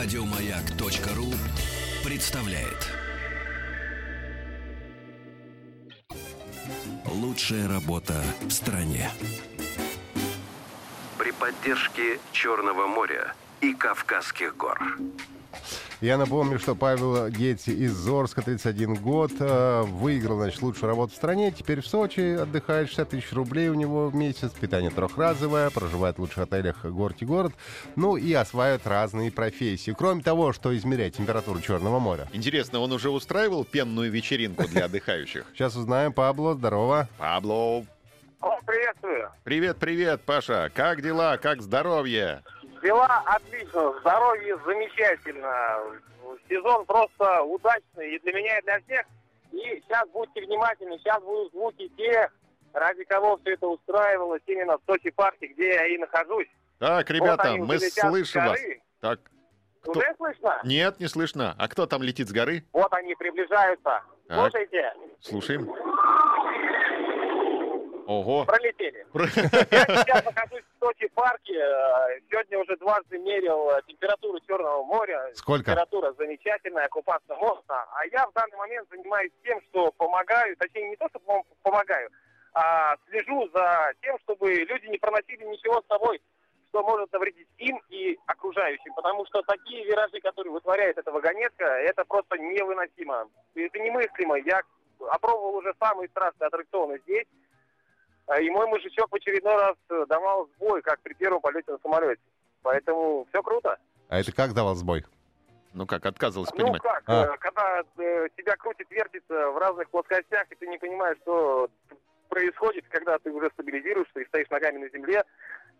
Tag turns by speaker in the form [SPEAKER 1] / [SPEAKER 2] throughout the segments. [SPEAKER 1] Радиомаяк.ру представляет. Лучшая работа в стране.
[SPEAKER 2] при поддержке Черного моря и Кавказских гор.
[SPEAKER 3] Я напомню, что Павел Гетти из Орска, 31 год, э, выиграл, значит, лучшую работу в стране. Теперь в Сочи отдыхает, 60 тысяч рублей у него в месяц, питание трехразовое, проживает в лучших отелях горки город, ну и осваивает разные профессии. Кроме того, что измеряет температуру Черного моря.
[SPEAKER 4] Интересно, он уже устраивал пенную вечеринку для отдыхающих?
[SPEAKER 3] Сейчас узнаем, Пабло, здорово.
[SPEAKER 4] Пабло.
[SPEAKER 5] О, приветствую.
[SPEAKER 4] Привет, привет, Паша. Как дела? Как здоровье?
[SPEAKER 5] Дела отлично, здоровье замечательно. Сезон просто удачный и для меня, и для всех. И сейчас будьте внимательны, сейчас будут звуки тех, ради кого все это устраивалось именно в Сочи парке, где я и нахожусь.
[SPEAKER 4] Так, ребята,
[SPEAKER 5] они
[SPEAKER 4] мы
[SPEAKER 5] уже летят
[SPEAKER 4] слышим
[SPEAKER 5] с
[SPEAKER 4] вас.
[SPEAKER 5] горы.
[SPEAKER 4] Так, Кто?
[SPEAKER 5] Уже слышно?
[SPEAKER 4] нет, не слышно. А кто там летит с горы?
[SPEAKER 5] Вот они приближаются.
[SPEAKER 4] Так.
[SPEAKER 5] Слушайте,
[SPEAKER 4] Слушаем. Ого.
[SPEAKER 5] пролетели.
[SPEAKER 4] Про-
[SPEAKER 5] Я сейчас нахожусь в Сочи парке. Э, Сегодня уже дважды мерил э, температуру Черного моря.
[SPEAKER 3] Сколько?
[SPEAKER 5] Температура замечательная, купаться можно. А я в данный момент занимаюсь тем, что помогаю, точнее не то, что пом- помогаю, а слежу за тем, чтобы люди не проносили ничего с собой, что может навредить им и окружающим. Потому что такие виражи, которые вытворяет эта вагонетка, это просто невыносимо. Это немыслимо. Я опробовал уже самые страшные аттракционы здесь. А, И мой мужичок в очередной раз э, давал сбой, как при первом полете на самолете. Поэтому все круто.
[SPEAKER 3] А это как давал сбой?
[SPEAKER 4] Ну как, отказывался
[SPEAKER 5] Ну
[SPEAKER 4] понимать.
[SPEAKER 5] как,
[SPEAKER 3] А.
[SPEAKER 5] э, когда э, тебя крутит, вертится в разных плоскостях, и ты не понимаешь, что происходит, когда ты уже стабилизируешься и стоишь ногами на земле,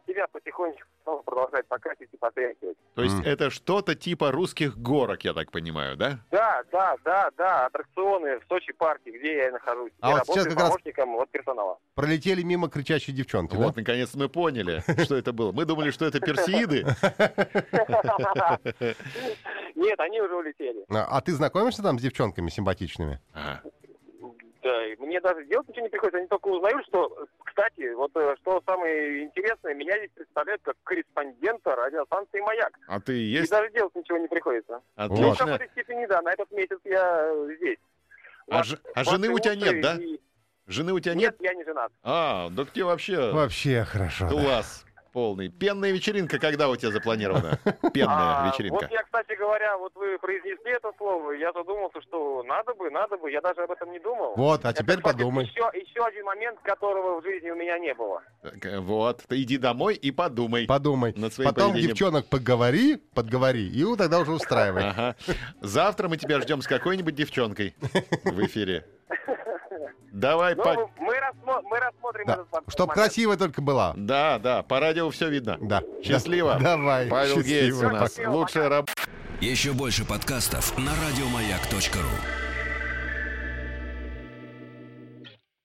[SPEAKER 5] тебя потихонечку снова продолжает покатить и потряхивать.
[SPEAKER 4] То есть
[SPEAKER 3] М.
[SPEAKER 4] это что-то типа русских горок, я так понимаю, да?
[SPEAKER 5] Да, да, да, да, аттракционы в Сочи парке, где я и нахожусь.
[SPEAKER 3] А
[SPEAKER 5] я
[SPEAKER 3] вот сейчас
[SPEAKER 5] работаю
[SPEAKER 3] как раз-
[SPEAKER 5] помощником от персонала.
[SPEAKER 3] Пролетели мимо кричащие девчонки,
[SPEAKER 4] Вот, наконец, мы поняли, что это было. Мы думали, что это персеиды.
[SPEAKER 5] Нет, они уже улетели.
[SPEAKER 3] да? А а ты знакомишься там с девчонками симпатичными?
[SPEAKER 4] А,
[SPEAKER 5] Да, и мне даже делать ничего не приходится, они только узнают, что, кстати, вот э, что самое интересное, меня здесь представляют как корреспондента радиостанции «Маяк».
[SPEAKER 4] а ты и
[SPEAKER 5] И
[SPEAKER 4] есть?
[SPEAKER 5] даже делать ничего не приходится. Ну, в
[SPEAKER 4] Отлично.
[SPEAKER 5] какой-то степени, да, на этот месяц я э, здесь.
[SPEAKER 4] А,
[SPEAKER 5] Ваш-
[SPEAKER 4] ж- а
[SPEAKER 5] ваши
[SPEAKER 4] жены у тебя
[SPEAKER 5] уши
[SPEAKER 4] нет, да?
[SPEAKER 5] и-
[SPEAKER 4] Жены у тебя
[SPEAKER 5] Нет,
[SPEAKER 4] нет?
[SPEAKER 5] я не женат.
[SPEAKER 4] А, да ты вообще
[SPEAKER 3] Вообще хорошо. да.
[SPEAKER 4] класс полный. Пенная вечеринка когда у тебя запланирована? Пенная
[SPEAKER 5] А,
[SPEAKER 4] вечеринка.
[SPEAKER 5] Вот я, кстати говоря, вот вы произнесли это слово, и я задумался, что надо бы, надо бы, я даже об этом не думал.
[SPEAKER 3] Вот, а
[SPEAKER 5] Это,
[SPEAKER 3] теперь
[SPEAKER 5] кстати,
[SPEAKER 3] подумай.
[SPEAKER 5] Еще, еще один момент, которого в жизни у меня не было.
[SPEAKER 4] Так, э, Вот, ты иди домой и подумай.
[SPEAKER 3] Подумай.
[SPEAKER 4] Над своим
[SPEAKER 3] Потом
[SPEAKER 4] поведением. А.
[SPEAKER 3] девчонок поговори, подговори, и у- тогда уже устраивай.
[SPEAKER 4] Ага. Завтра мы тебя ждем с какой-нибудь девчонкой в эфире. Давай,
[SPEAKER 5] Ну,
[SPEAKER 4] по...
[SPEAKER 5] мы, рассмо- мы рассмотрим
[SPEAKER 3] Да.
[SPEAKER 5] этот вопрос.
[SPEAKER 3] Чтоб красивая только была.
[SPEAKER 4] Да, да, по радио все видно.
[SPEAKER 3] Да.
[SPEAKER 4] Счастливо.
[SPEAKER 3] Давай.
[SPEAKER 4] Павел Гейтс
[SPEAKER 3] счастливо.
[SPEAKER 4] у нас.
[SPEAKER 5] Счастливо,
[SPEAKER 4] Лучшая работа.
[SPEAKER 1] Еще больше подкастов на радиомаяк.ру.